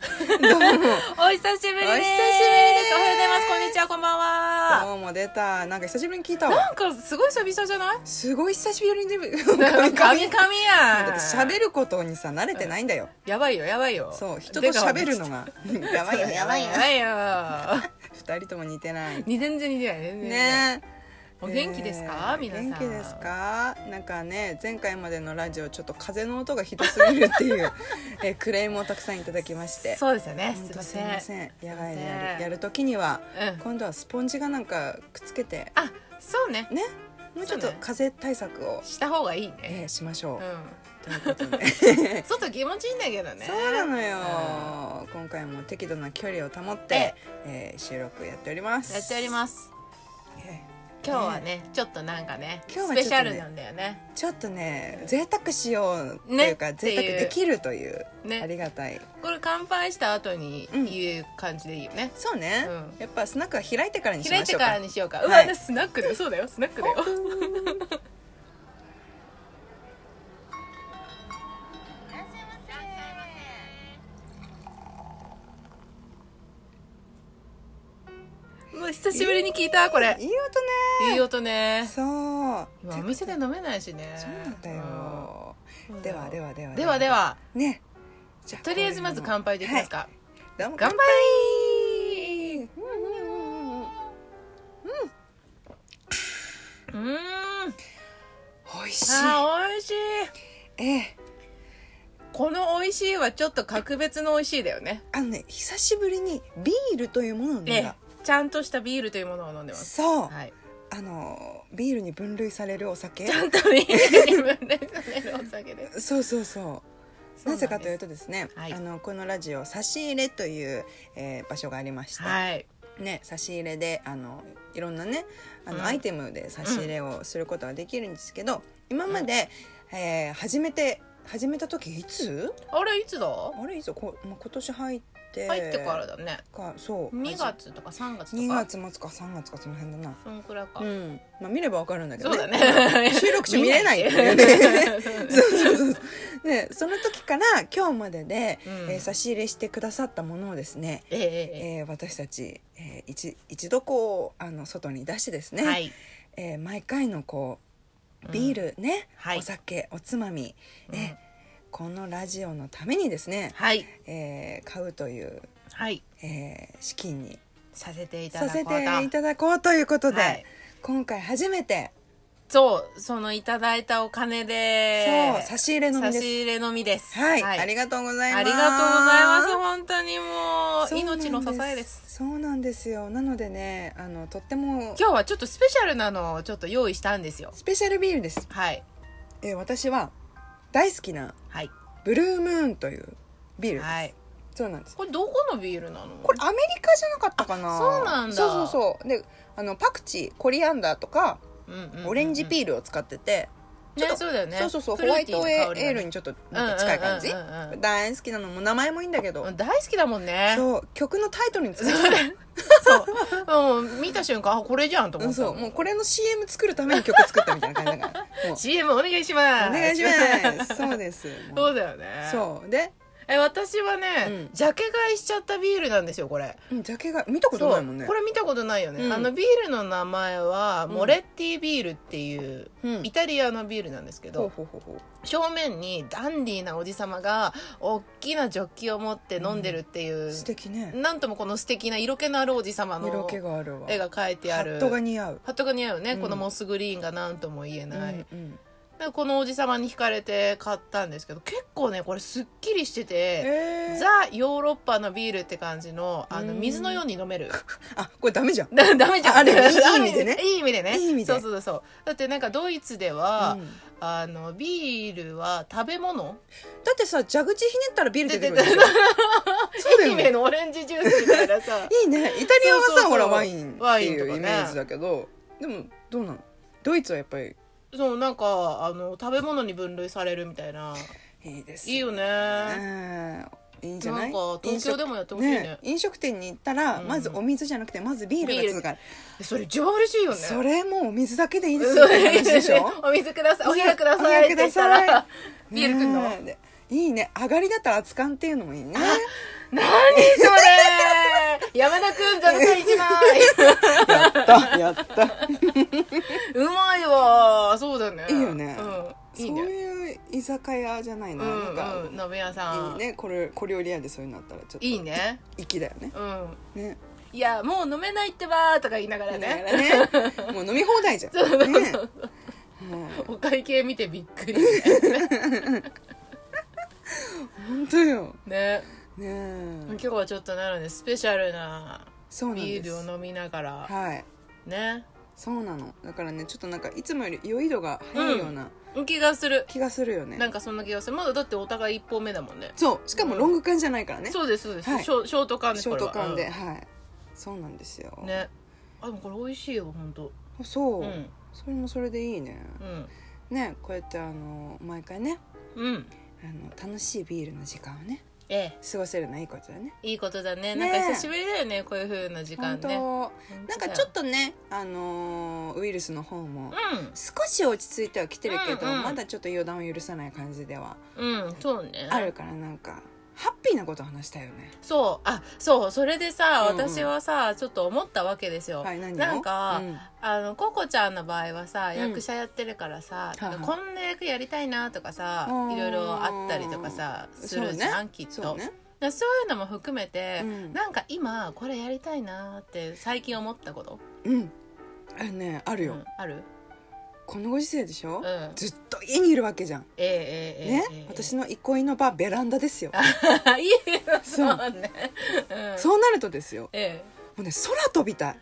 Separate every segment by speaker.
Speaker 1: お久しぶりです。おはようございます。こんにちは、こんばんは。
Speaker 2: どうも出たなんか久しぶりに聞いたわ
Speaker 1: なんかすごい久々じゃない？
Speaker 2: すごい久しぶりに出る
Speaker 1: なんか神々
Speaker 2: だ
Speaker 1: や
Speaker 2: って
Speaker 1: ん。
Speaker 2: 喋ることにさ慣れてないんだよ、
Speaker 1: やばいよやばいよ。
Speaker 2: そう人と喋るのがやばいよやばい よ
Speaker 1: やばいよ。
Speaker 2: 二人とも似てない
Speaker 1: に全然似てない全然似てない。
Speaker 2: ねえ
Speaker 1: お元気ですか
Speaker 2: ね
Speaker 1: 皆さん。
Speaker 2: 元気です。かなんかね前回までのラジオちょっと風の音がひどすぎるっていう えクレームをたくさんいただきまして
Speaker 1: そうですよね。
Speaker 2: ほん
Speaker 1: すい
Speaker 2: と
Speaker 1: ますせ
Speaker 2: い
Speaker 1: ん。
Speaker 2: ませんやばいねや
Speaker 1: すいません
Speaker 2: るやる時には、
Speaker 1: うん
Speaker 2: 今度はスポンジがなんかくっつけて
Speaker 1: あ、そうね。
Speaker 2: ねもうちょっ
Speaker 1: そ
Speaker 2: と
Speaker 1: うね
Speaker 2: 風邪対策を、
Speaker 1: した方がいい
Speaker 2: え
Speaker 1: ね
Speaker 2: ー。しましょう、
Speaker 1: う
Speaker 2: ということで
Speaker 1: ん。外気持ちいいんだけどね。
Speaker 2: そうなのよ、今回も適度な距離を保って、えー収録やっております
Speaker 1: やっており
Speaker 2: す、
Speaker 1: ます。
Speaker 2: え
Speaker 1: 今日はね、ちょっとなんかね、
Speaker 2: 今日
Speaker 1: ス
Speaker 2: はちょっとね
Speaker 1: ペシャルなんだよね。
Speaker 2: ーちょっとね贅沢しようってい
Speaker 1: ね
Speaker 2: うか、贅沢できるという
Speaker 1: ね
Speaker 2: ありがたい
Speaker 1: これ乾杯した後に
Speaker 2: うん
Speaker 1: 言う感じでいいよね。
Speaker 2: そうね、
Speaker 1: うん
Speaker 2: やっぱスナックは開いてからにし
Speaker 1: 開い
Speaker 2: ま
Speaker 1: て
Speaker 2: しょう
Speaker 1: か
Speaker 2: から
Speaker 1: にしようか。う
Speaker 2: は
Speaker 1: わ、
Speaker 2: い
Speaker 1: スナックだよ。そうだよ、スナックだよ。もう久しぶりに聞いた、これ
Speaker 2: い。い音ね
Speaker 1: いい音ね。
Speaker 2: そう
Speaker 1: 今お店で飲めないしね。
Speaker 2: そうなんだよ、
Speaker 1: うん。
Speaker 2: ではではでは
Speaker 1: ではでは、
Speaker 2: ねじゃ
Speaker 1: とりあえずまず乾杯できます、か。
Speaker 2: はい、どうも
Speaker 1: 乾杯
Speaker 2: うんうんうんうん
Speaker 1: うーん。
Speaker 2: 美味しい
Speaker 1: あー、美味しい。
Speaker 2: ええ
Speaker 1: この美味しいはちょっと格別の美味しいだよね。
Speaker 2: あのね久しぶりにビールというものを飲んだ、
Speaker 1: ええ、ちゃんとしたビールというものを飲んでます。
Speaker 2: そう、
Speaker 1: はい。
Speaker 2: あのビールに分類されるお 酒
Speaker 1: ちゃんとビールに 分類されるお酒です。
Speaker 2: そうそうそうなぜかという
Speaker 1: と。
Speaker 2: とですね
Speaker 1: はい
Speaker 2: あのこのラジオ差し入れという、えー場所がありまして、
Speaker 1: はい。
Speaker 2: ね、差し入れであのいろんなねあの、
Speaker 1: うん
Speaker 2: アイテムで差し入れをすることはできるんですけど、今まで、えー始めて始めた時いつ
Speaker 1: あれ、いつだ
Speaker 2: あれいつこ、まあ、今年入って
Speaker 1: 入ってからだね。
Speaker 2: かそう
Speaker 1: 2月とか3月とか。
Speaker 2: 2。月末か3月かその辺だな
Speaker 1: そんくらいか
Speaker 2: う。んまあ見ればわかるんだけど
Speaker 1: そうだね。
Speaker 2: 収録中見れないっていう ね
Speaker 1: ね。
Speaker 2: そうそうそうそうねその時から今日までで、
Speaker 1: うん
Speaker 2: えー差し入れしてくださったものをですね、
Speaker 1: えええ
Speaker 2: えー私たち、えー一一度こうあの外に出してです
Speaker 1: え
Speaker 2: ね、
Speaker 1: はい。
Speaker 2: えー毎回のこうビールね、
Speaker 1: はい
Speaker 2: お酒おつまみ、ねこのラジオのためにですね、
Speaker 1: はい。
Speaker 2: えー買うという、
Speaker 1: はい。
Speaker 2: えー資金に
Speaker 1: させていただ
Speaker 2: さ
Speaker 1: こ
Speaker 2: せ
Speaker 1: うと。
Speaker 2: ていただこうということで、
Speaker 1: はい
Speaker 2: 今回初めて、
Speaker 1: そう、そのいただいたお金で。
Speaker 2: そう差し入れのみ
Speaker 1: 差
Speaker 2: で
Speaker 1: し
Speaker 2: す。
Speaker 1: 入れのみです。
Speaker 2: はい、あ
Speaker 1: あ
Speaker 2: り
Speaker 1: り
Speaker 2: がとうございます。
Speaker 1: がとうございます。本当にもう、
Speaker 2: そうなん
Speaker 1: 命の支えです。。
Speaker 2: そうなんですよ。なのでね、あのとっても
Speaker 1: 今日はちょっとスペシャルなのをちょっと用意したんですよ。
Speaker 2: スペシャルビールです。
Speaker 1: はい。
Speaker 2: えー私は大好きな
Speaker 1: はい。
Speaker 2: ブルームーンというビールです。
Speaker 1: はい。
Speaker 2: そうなんです。
Speaker 1: これどこのビールなの
Speaker 2: これアメリカじゃなかったかな。
Speaker 1: あそうなんだ
Speaker 2: そうそうそう。で、あのパクチー、コリアンダーとか
Speaker 1: うんうんうんうん
Speaker 2: オレンジピールを使ってて、
Speaker 1: ねそうだよね
Speaker 2: そうそうそう、
Speaker 1: フ
Speaker 2: ホ
Speaker 1: ル
Speaker 2: ワ
Speaker 1: ー
Speaker 2: イ
Speaker 1: ティー
Speaker 2: ト
Speaker 1: な
Speaker 2: エ
Speaker 1: 香りがね
Speaker 2: ールにちょっとなんか近い感じ
Speaker 1: うんうんうんうんう。ん
Speaker 2: 大好きなのも名前もいいんだけど
Speaker 1: う、ん大好きだもんね。そう。
Speaker 2: そう曲のタイトルに使って
Speaker 1: そう。うん見た瞬間、あ、これじゃん と
Speaker 2: う
Speaker 1: 思
Speaker 2: ん、
Speaker 1: っ
Speaker 2: そ
Speaker 1: たの。
Speaker 2: うもうこれの CM 作るために曲作ったみたいな感じだからもう
Speaker 1: CM お願いします。
Speaker 2: お願いしま。すそうです
Speaker 1: そう
Speaker 2: う
Speaker 1: だよね。
Speaker 2: そうで、
Speaker 1: え、私はね
Speaker 2: う、ん
Speaker 1: ジャケ買いしちゃったビールなんですよ、これ。
Speaker 2: うん、ジャケが見たこと
Speaker 1: そ
Speaker 2: ないうもんね
Speaker 1: これ見たことないよね、
Speaker 2: うん
Speaker 1: あのビールの名前は
Speaker 2: うん
Speaker 1: モレッティビールっていう、
Speaker 2: うん
Speaker 1: イタリアのビールなんですけ
Speaker 2: ほう
Speaker 1: ど
Speaker 2: ほうほうほう
Speaker 1: 正面にダンディーなおじさまが大きなジョッキを持って飲んでるっていう、
Speaker 2: 素敵ね
Speaker 1: なんともこの素敵な色気のあるおじさまの
Speaker 2: 色気があるわ
Speaker 1: 絵が描いてあ
Speaker 2: ハ
Speaker 1: る
Speaker 2: ットが似合う、
Speaker 1: ハットが似合うよね、
Speaker 2: うん
Speaker 1: このモスグリーンが何とも言えない、
Speaker 2: うんうん
Speaker 1: でこのおじさまに惹かれて買ったんですけど結構ねこれすっきりしてて、
Speaker 2: えー、
Speaker 1: ザ・ヨーロッパのビールって感じのあの
Speaker 2: うん
Speaker 1: 水のように飲 める
Speaker 2: あこれダメじゃん
Speaker 1: だダメじゃん。
Speaker 2: ああるよねいい
Speaker 1: ダメ
Speaker 2: 意味でね
Speaker 1: いい意味でね。
Speaker 2: いい意味で
Speaker 1: そうそうそうそう。だってなんかドイツでは、
Speaker 2: うん
Speaker 1: あの、ビールは食べ物
Speaker 2: だってさ蛇口ひねったらビール出てくるで
Speaker 1: 出
Speaker 2: しょそうだ よ
Speaker 1: 愛媛のオレンジジュースみたいなさ。
Speaker 2: いいねイタリアはさ
Speaker 1: そうそうそう
Speaker 2: ほらワインって
Speaker 1: ワインと
Speaker 2: い
Speaker 1: か
Speaker 2: うイ
Speaker 1: ね
Speaker 2: メージだけど、でもどうなのドイツはやっぱり
Speaker 1: そう、なんか、あの、食べ物に分類されるみたいな。
Speaker 2: いいです
Speaker 1: いいよ
Speaker 2: う
Speaker 1: ね。
Speaker 2: んいいんじゃない
Speaker 1: なんか東京でもやってほしいね
Speaker 2: 飲食飲食店に行ったら、
Speaker 1: うん
Speaker 2: まずお水じゃなくてまずビールが続くから、
Speaker 1: それ一番嬉しいよね。
Speaker 2: それもうお水だけでいいです
Speaker 1: そ
Speaker 2: よ
Speaker 1: う
Speaker 2: って話でしょ
Speaker 1: お水ください。お部屋ください。
Speaker 2: お部屋ください
Speaker 1: って言ったらビールくんの
Speaker 2: ねえでいいね上がりだったら熱燗っていうのもいいね
Speaker 1: 何それ山田くん座布団1枚
Speaker 2: やったや った
Speaker 1: うまいわそうだね
Speaker 2: いいよね
Speaker 1: うん、いい
Speaker 2: そう
Speaker 1: ね
Speaker 2: いう居酒屋じゃないな,、
Speaker 1: うん
Speaker 2: なん
Speaker 1: うん鍋屋さ
Speaker 2: かい
Speaker 1: ん
Speaker 2: いねこれ小料理屋でそういうのあったらちょっと
Speaker 1: いい ね
Speaker 2: 粋だよね
Speaker 1: うん
Speaker 2: ね
Speaker 1: いやもう飲めないってばーとか言いなが
Speaker 2: だ
Speaker 1: ら
Speaker 2: か
Speaker 1: ね
Speaker 2: らねもう飲み放 題じゃんねもう
Speaker 1: お会計見てびっ くり
Speaker 2: 本当よ
Speaker 1: ね
Speaker 2: ね
Speaker 1: 今
Speaker 2: え
Speaker 1: 日はちょっとなのでスペシャルな
Speaker 2: そうなん
Speaker 1: ビ
Speaker 2: で
Speaker 1: ールを
Speaker 2: す
Speaker 1: 飲みながら
Speaker 2: はい
Speaker 1: ね
Speaker 2: そうなのだからねちょっとなんかいつもより酔い度が早いような
Speaker 1: 気がする
Speaker 2: 気がするよね、
Speaker 1: なんかそんな気がするまだだってお互い一本目だもんね
Speaker 2: そうしかもロング缶じゃないからね
Speaker 1: そうですそうです、
Speaker 2: はい
Speaker 1: ショショート缶です
Speaker 2: ショート
Speaker 1: これは
Speaker 2: 缶で、はいそうなんですよ、
Speaker 1: うんねあでもこれ美味しいよ本当
Speaker 2: そう、
Speaker 1: うん
Speaker 2: それもそれでいいね
Speaker 1: うん
Speaker 2: ねこうやってあの毎回ね
Speaker 1: うん
Speaker 2: あの楽しいビールの時間をね
Speaker 1: ええ
Speaker 2: 過ごせるのはいいことだね
Speaker 1: いいことだね
Speaker 2: ね
Speaker 1: な
Speaker 2: え
Speaker 1: んか久しぶりだよねこういう風な時間
Speaker 2: 本当
Speaker 1: ね
Speaker 2: なんかちょっとねあのーウイルスの方も
Speaker 1: う
Speaker 2: 少し落ち着いてはきてるけど、
Speaker 1: うんうん
Speaker 2: まだちょっと予断を許さない感じでは
Speaker 1: んうんそうね
Speaker 2: あるからなんかハッピーなこと話したいよね
Speaker 1: そうあそうそれでさ
Speaker 2: うんうん
Speaker 1: 私はさちょっと思ったわけですよ、
Speaker 2: はい何を
Speaker 1: なんか、
Speaker 2: うん
Speaker 1: あのココちゃんの場合はさ
Speaker 2: うん
Speaker 1: 役者やってるからさ、
Speaker 2: はいはい
Speaker 1: こんな役やりたいなとかさ
Speaker 2: うん
Speaker 1: いろいろあったりとかさするじゃん、きっと
Speaker 2: そうね
Speaker 1: だそういうのも含めて、
Speaker 2: うん
Speaker 1: なんか今これやりたいなって最近思ったこと、
Speaker 2: うんあれねあるよ、
Speaker 1: うんある
Speaker 2: このご時世でしょ、
Speaker 1: うん
Speaker 2: ずっと家にいるわけじゃん
Speaker 1: ええええええ
Speaker 2: ね、
Speaker 1: ええ
Speaker 2: 私の憩いの場ベランダですよ
Speaker 1: いいよ
Speaker 2: そ
Speaker 1: そううね、うん、
Speaker 2: そうなるとですよも
Speaker 1: ええ
Speaker 2: うね空飛びたい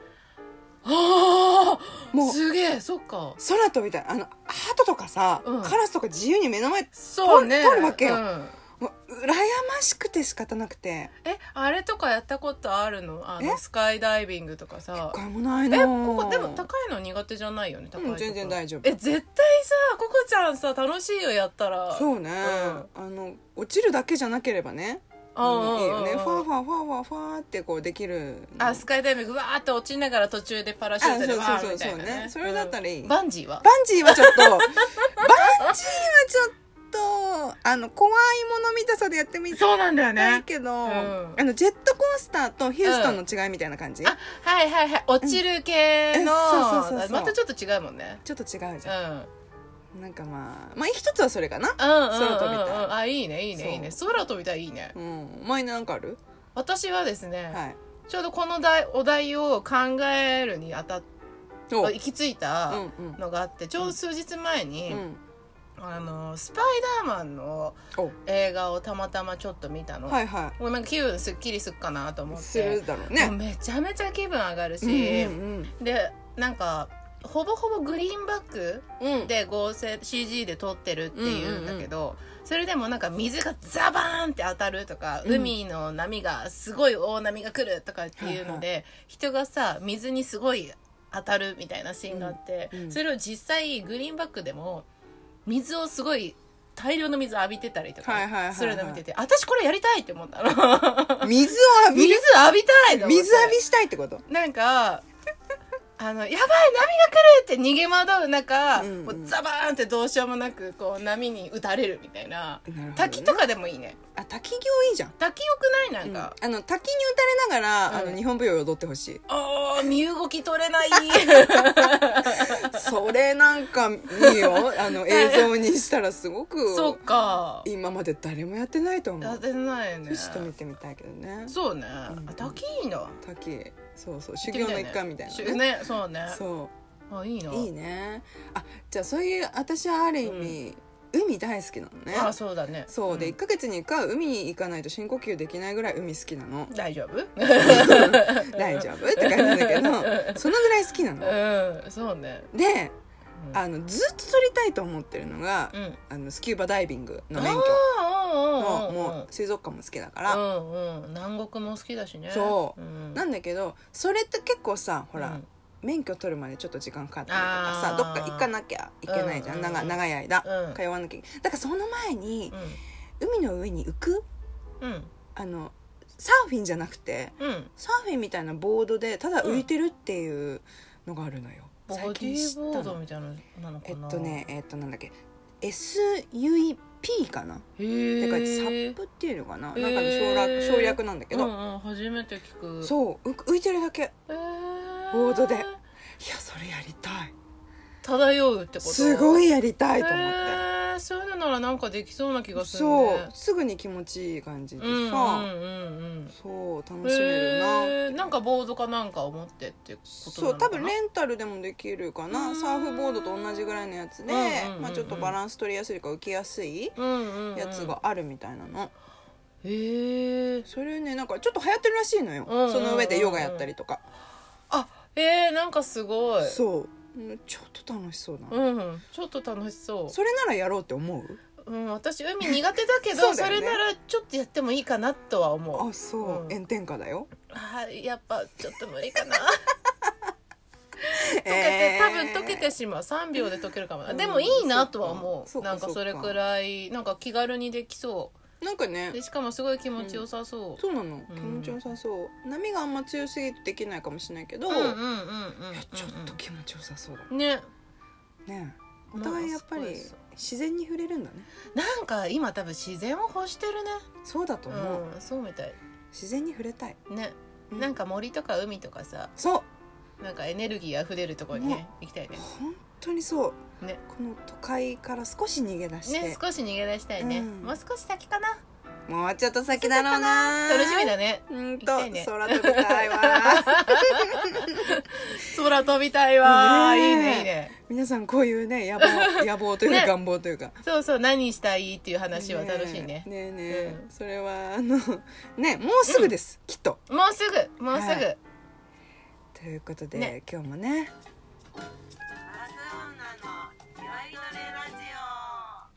Speaker 1: あ
Speaker 2: も
Speaker 1: あ
Speaker 2: う
Speaker 1: すげえそっか
Speaker 2: 空飛びたいあのハトとかさ、
Speaker 1: うん
Speaker 2: カラスとか自由に目の前
Speaker 1: そうね
Speaker 2: 通る通るわけよ
Speaker 1: うん
Speaker 2: もう羨ましくて仕方なくて
Speaker 1: えあれとかやったことあるのあ
Speaker 2: え
Speaker 1: のスカイダイビングとかさ
Speaker 2: 買いもないの
Speaker 1: えここでも高いの苦手じゃないよね高いとこ
Speaker 2: うん全然大丈夫
Speaker 1: え絶対さここちゃんさ楽しいよやったら
Speaker 2: そうね、あの落ちるだけじゃなければねうんいいよねファーファーファーファーファーってこうできるの
Speaker 1: あスカイダイビングわーって落ちながら途中でパラシュートで
Speaker 2: あ
Speaker 1: わ
Speaker 2: そう
Speaker 1: ー
Speaker 2: そうそう
Speaker 1: みたいな
Speaker 2: そうねそれだったらいい
Speaker 1: うんバンジーは
Speaker 2: バンジーはちょっとバンジーはちょっとあの怖いもの見たさでやってみた
Speaker 1: そうなんだよ
Speaker 2: い
Speaker 1: ね
Speaker 2: けど、
Speaker 1: ん
Speaker 2: あのジェットコースターとヒューストンの違いみたいな感じ、
Speaker 1: あはいはいはい落ちる系の
Speaker 2: うんえそうそうそうそう
Speaker 1: またちょっと違うもんね
Speaker 2: ちょっと違うじ
Speaker 1: う
Speaker 2: ゃん、
Speaker 1: ん
Speaker 2: なんかまあまあ一つはそれかな
Speaker 1: うんうんうん
Speaker 2: 空飛びた
Speaker 1: うんあいいねいい
Speaker 2: そう
Speaker 1: ねいいね空飛びたいいいね
Speaker 2: うん前なんかある
Speaker 1: 私はですね、
Speaker 2: はい
Speaker 1: ちょうどこの題お題を考えるにあたっ
Speaker 2: おう
Speaker 1: 行き着いた
Speaker 2: んうん
Speaker 1: のがあってちょうど数日前に、
Speaker 2: うん
Speaker 1: あのスパイダーマンの
Speaker 2: お
Speaker 1: 映画をたまたまちょっと見たの、
Speaker 2: はいは
Speaker 1: もうなんか気分すっきりすっかなと思
Speaker 2: い
Speaker 1: って
Speaker 2: するだろう
Speaker 1: もう
Speaker 2: ね
Speaker 1: めちゃめちゃ気分上がるし、
Speaker 2: うん
Speaker 1: でなんかほぼほぼグリーンバック
Speaker 2: うんうん
Speaker 1: で合成 CG で撮ってるっていうんだけど、それでもなんか水がザバーンって当たるとか、
Speaker 2: うん
Speaker 1: 海の波がすごい大波が来るとかっていうので、人がさ水にすごい当たるみたいなシーンがあって、
Speaker 2: うんうん
Speaker 1: それを実際グリーンバックでも水をすごい大量の水浴びてたりと
Speaker 2: はいはいはいは
Speaker 1: か
Speaker 2: い
Speaker 1: するの見てて、私これやりたいって思っ たの
Speaker 2: 水を浴び
Speaker 1: 水
Speaker 2: る
Speaker 1: 浴びたいと思って
Speaker 2: 水浴びしたいってこと
Speaker 1: なんかあのやばい波が来るって逃げ惑う中、
Speaker 2: うんうん
Speaker 1: もうザバーンってどうしようもなくこう波に打たれるみたい
Speaker 2: な
Speaker 1: な
Speaker 2: るほどね
Speaker 1: 滝とかでもいいね
Speaker 2: あ滝行いいじゃん
Speaker 1: 滝よくないなんか、
Speaker 2: あの滝に打たれながら、
Speaker 1: うん
Speaker 2: あの日本舞踊を踊ってほしい
Speaker 1: あー身動き取 れない
Speaker 2: それなんかいいよ あの映像にしたらすごく
Speaker 1: そっか
Speaker 2: 今まで誰もやってないと思
Speaker 1: やっ
Speaker 2: う
Speaker 1: てないよね
Speaker 2: ちょっと見てみたいけどね
Speaker 1: そうね、あ
Speaker 2: うん
Speaker 1: 滝いいんだ
Speaker 2: 滝そうそう修行の一環みたいな
Speaker 1: ね
Speaker 2: ね
Speaker 1: ねそうね
Speaker 2: そ
Speaker 1: あいいな
Speaker 2: ういいねあじゃあそういう私はある意味、海大好きなのね
Speaker 1: あそうだね
Speaker 2: そうで
Speaker 1: ん
Speaker 2: 1ヶ月に1回は海に行かないと深呼吸できないぐらい海好きなの
Speaker 1: 大丈夫
Speaker 2: 大丈夫って感じだけどそのぐらい好きなの
Speaker 1: うんそうね
Speaker 2: で
Speaker 1: うん
Speaker 2: あのずっと撮りたいと思ってるのが、
Speaker 1: うん
Speaker 2: あのスキューバダイビングの免許
Speaker 1: あ
Speaker 2: の
Speaker 1: ーうんうんうんうん
Speaker 2: もう水族館も好きだから、
Speaker 1: うんうん南国も好きだしね
Speaker 2: そう、
Speaker 1: ん
Speaker 2: なんだけどそれって結構さほら、
Speaker 1: うん
Speaker 2: 免許取るまでちょっと時間かかったりとかさ
Speaker 1: あ
Speaker 2: ど
Speaker 1: ー
Speaker 2: っか行かなきゃいけないじゃん、
Speaker 1: うんうんうん
Speaker 2: 長長い間、
Speaker 1: うん
Speaker 2: 通わなきゃだからその前に、海の上に浮く
Speaker 1: うんうん
Speaker 2: あのサーフィンじゃなくて
Speaker 1: うん
Speaker 2: サーフィンみたいなボードでただ浮いてるっていうのがあるのよ、
Speaker 1: ボデ
Speaker 2: 最
Speaker 1: ィ
Speaker 2: 近知
Speaker 1: ー
Speaker 2: っ
Speaker 1: ボ
Speaker 2: た
Speaker 1: ード
Speaker 2: の
Speaker 1: みたいなのなのか
Speaker 2: えっ
Speaker 1: な
Speaker 2: とねえっとなんだっけ SUP P かな
Speaker 1: へ
Speaker 2: って書いてサ
Speaker 1: え
Speaker 2: ップっていうのかななん
Speaker 1: へ
Speaker 2: か
Speaker 1: ー
Speaker 2: 省略省略なんだけ
Speaker 1: う
Speaker 2: ど
Speaker 1: んうん、初めて聞くう、
Speaker 2: そうう浮いてるだけいや
Speaker 1: えー
Speaker 2: ボードでそれやりたい
Speaker 1: 漂うってこと
Speaker 2: すご
Speaker 1: い
Speaker 2: いやりたいと思
Speaker 1: え
Speaker 2: って
Speaker 1: ー、そういうのならなんかできそうな気がする
Speaker 2: そ
Speaker 1: ね
Speaker 2: うすぐに気持ちいい感じで
Speaker 1: うんうん
Speaker 2: さ
Speaker 1: うんうん
Speaker 2: そう楽しめるな
Speaker 1: えーなんかボードかなんかを持ってってことな
Speaker 2: そ
Speaker 1: の
Speaker 2: う
Speaker 1: かな
Speaker 2: 多分レンタルでもできるか
Speaker 1: う
Speaker 2: なんサーフボードと同じぐらいのやつで
Speaker 1: うんうんうんうん
Speaker 2: まあちょっとバランス取りやすいか浮きやすい
Speaker 1: うんうんうん
Speaker 2: やつがあるみたいなの
Speaker 1: へえー、
Speaker 2: それねなんかちょっと流行ってるらしいのよ
Speaker 1: うんうんうんうん
Speaker 2: その上でヨガやったりとか
Speaker 1: あえー、なんかすごい
Speaker 2: そううんちょっと楽しそうだな
Speaker 1: うんちょっと楽しそう
Speaker 2: それならやろうって思う
Speaker 1: うん、私海苦手だけど
Speaker 2: そ
Speaker 1: そう
Speaker 2: だよね
Speaker 1: れならちょっとやってもいいかなとは思う
Speaker 2: あそう、
Speaker 1: うん
Speaker 2: 炎天下だよ
Speaker 1: はいやっぱちょっと無理かな溶
Speaker 2: 溶け
Speaker 1: けて多分溶けてしまう3秒で溶けるかもな、
Speaker 2: うん
Speaker 1: でもいいなとは思う
Speaker 2: そうか
Speaker 1: なんかそれくらいなんか気軽にできそ
Speaker 2: なんか
Speaker 1: う
Speaker 2: ね
Speaker 1: でしかもすごい気持ちよさそう、
Speaker 2: そうなの
Speaker 1: うん
Speaker 2: 気持ちよさそう、波があんま強すぎてできないかもしれないけど、
Speaker 1: うんうん
Speaker 2: い
Speaker 1: うんうん
Speaker 2: やちょっと気持ちよさそうだ
Speaker 1: うんね
Speaker 2: ねお
Speaker 1: まあ
Speaker 2: 互いやっぱり
Speaker 1: そうです
Speaker 2: 自然に触れるんだね
Speaker 1: なんか今多分自然を欲してるね
Speaker 2: そうだと思う、
Speaker 1: うんそうみたい
Speaker 2: 自然に触れたい
Speaker 1: ね、
Speaker 2: うん
Speaker 1: なんか森とか海とかさ
Speaker 2: そう
Speaker 1: なんかエネルギーあふれるところにね行きたいね
Speaker 2: 本当にそう
Speaker 1: ね
Speaker 2: この都会から少し逃げ出して、
Speaker 1: ね少し逃げ出したいね、
Speaker 2: うん
Speaker 1: もう少し先かな
Speaker 2: もうちょっと先だろうな
Speaker 1: 楽しみだね
Speaker 2: うん
Speaker 1: 行き
Speaker 2: と、
Speaker 1: たいね
Speaker 2: 空飛びたいわ
Speaker 1: 空飛びたいわー
Speaker 2: ねえ
Speaker 1: いいねいいね
Speaker 2: 皆さんこういうね 野望野望というか
Speaker 1: ね
Speaker 2: 願望というか、
Speaker 1: そうそう何したいっていう話は楽しいね
Speaker 2: ねえねえねえ
Speaker 1: う
Speaker 2: それはあのねもうすぐです、きっと
Speaker 1: もうすぐもうすぐ、
Speaker 2: ということで、
Speaker 1: ね
Speaker 2: 今日もね